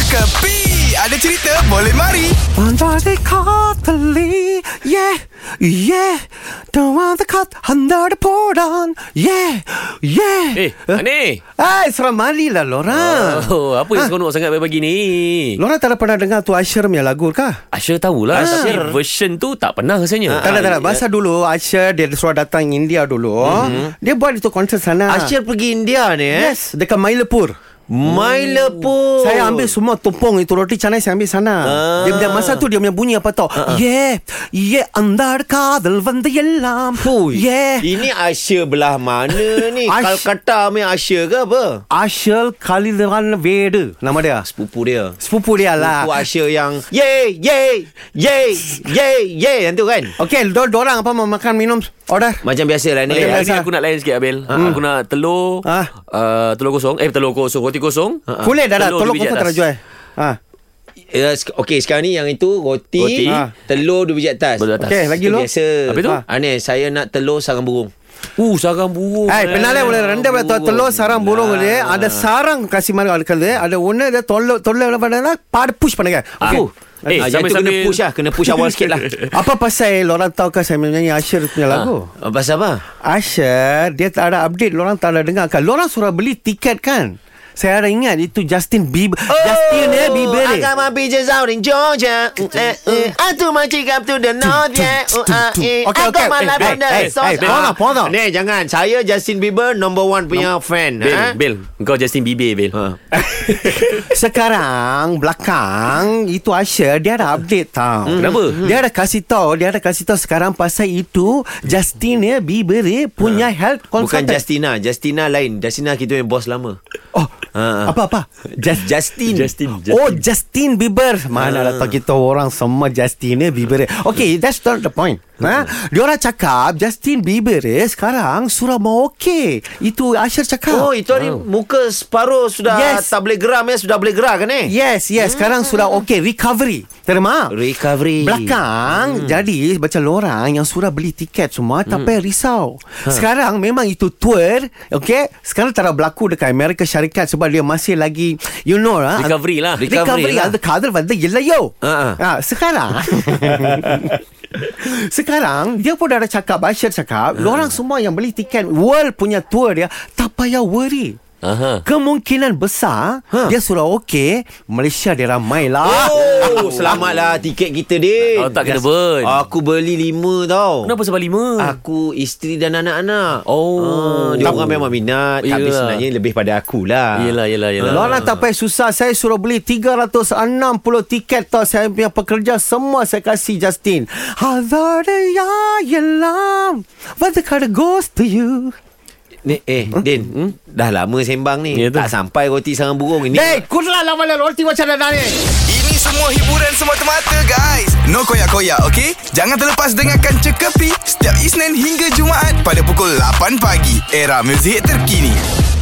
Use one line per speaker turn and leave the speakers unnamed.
Kepi Ada cerita boleh mari
Want the caught the lead, yeah, yeah. Don't want the cut under the port on, yeah, yeah.
Eh, Ani.
Hai, seram mali lah,
Ah.
Lora.
Oh, apa yang seronok sangat pagi ni?
Lora tak pernah dengar tu Asher punya lagu kah?
Asher
Ah.
tahulah
Asher.
Tapi version tu tak pernah rasanya
Tak lah, tak lah. Masa dulu Asher dia suruh datang India dulu. Dia buat itu konser sana.
Asyir pergi India ni eh.
Yes, dekat Mailapur.
Hmm. Mailepur.
Saya ambil semua tumpung itu roti canai saya ambil sana. Ah. Dia punya masa tu dia punya bunyi apa tau? Ah. Yeah, yeah, andar kadal vanda yellam. Yeah.
Ini Asia belah mana ni?
Asia-
Kolkata punya Asia ke apa?
Ashel Khalilan Veda Nama dia
Sepupu dia.
Sepupu dia lah
Sepupu
Ah.
Asia yang Yay, yay, yay, yay, yay. Yang tu kan?
Okay dor dorang apa mau makan minum Order
Macam biasa lah ni. Ah.
Eh, hari ni
biasa.
aku nak lain sikit Abel Aku nak telur
Ah.
uh, Telur kosong Eh telur kosong Roti kosong
eh,
Boleh dah lah Tolong
dua biji
kosong tak
atas.
nak jual ha.
Ya, sek- Okey, sekarang ni yang itu roti,
Roti.
Ah. telur dua biji atas.
Dua biji atas.
Okay lagi
Itu
lo
Biasa.
Habis tu?
Ah. Ani, saya nak telur sarang burung.
Uh sarang burung
Eh, penalai boleh rendah boleh tuan telur sarang burung dia. Ada sarang kasih mana kalau dia. Ada warna dia tolak tolak lah pada lah. Pada push pada kan.
Ah.
Okey.
Eh,
Ah, yang tu
sambil-sambil
kena push lah. Kena push awal sikit lah.
Apa pasal orang tahu kan saya menyanyi Asher punya lagu?
Ah, Pasal apa?
Asher dia tak ada update Lorang tak ada dengar kan Lorang suruh beli tiket kan Saya ada ingat itu Justin Bieber oh, Justin eh, Bieber
I
eh.
got my bitches out in Georgia. Mm, eh, eh. I do my chick up to the north, yeah. Uh, uh,
Okay,
eh. I
okay.
got my
Eh,
life
eh,
on the
eh, eh,
sauce.
Bill. Pause lah, pause lah.
Ni, jangan. Saya Justin Bieber number one punya fan.
Bel,
ha?
Bel Kau Justin Bieber Bel
Ah.
ha.
Eh. Sekarang belakang itu Asher dia ada update tau. Hmm.
Hmm.
Kenapa?
Dia ada kasih tahu, dia ada kasih tahu sekarang pasal itu Justin eh, Bieber eh, punya health
Ah. Bukan
consultant.
Justina. Justina lain. Justina kita yang bos lama.
Oh,
Ha.
apa apa? Just,
Justin. Ah.
Justin, Justin.
Oh, Justin Bieber. Mana lah tahu kita orang semua Justin eh, Bieber. eh. Okay, that's not the point. Ha? Dia orang cakap Justin Bieber eh, sekarang surah mau okey. Itu Asher cakap.
Oh, itu hari muka separuh sudah
Yes.
tak boleh geram ya. Sudah boleh gerak kan eh?
Yes, yes. Sekarang sudah okey recovery. Terima.
Recovery.
Belakang hmm. Jadi Macam lorang Yang surah beli tiket semua
Hmm.
Tak payah risau
Ha.
Sekarang memang itu tour Okay Sekarang tak ada berlaku Dekat Amerika Syarikat Sebab dia masih lagi You know lah
Recovery lah.
Recovery
Recovery
lah
lah.
Ada kader Ada yelah yo
Ha,
ha, Sekarang Sekarang Dia pun dah ada cakap Bashir cakap
Ha.
Lorang semua yang beli tiket World punya tour dia Tak payah worry
Aha.
Kemungkinan besar ha. Dia surah okey Malaysia dia ramai lah
Oh, selamatlah tiket kita, Din.
Oh, tak kena burn.
Aku beli lima tau.
Kenapa sebab lima?
Ah.
Aku isteri dan anak-anak.
Oh.
Ah, dia orang memang minat.
Yelah.
Tapi sebenarnya lebih pada akulah.
Yelah yelah yelah
Lorang tak payah susah Saya suruh beli 360 tiket tau Saya punya pekerja Semua saya kasih Justin Hazarda ya yelam What the kind of ghost to you
Ni, eh, Din. Hmm? Dah lama sembang ni.
Ya tu.
tak sampai roti sarang burung ini.
Hey, kurang lawan roti macam mana ni
Ini semua hiburan semata-mata guys No koyak-koyak ok Jangan terlepas dengarkan Cekapi Setiap Isnin hingga Jumaat Pada pukul 8 pagi Era muzik terkini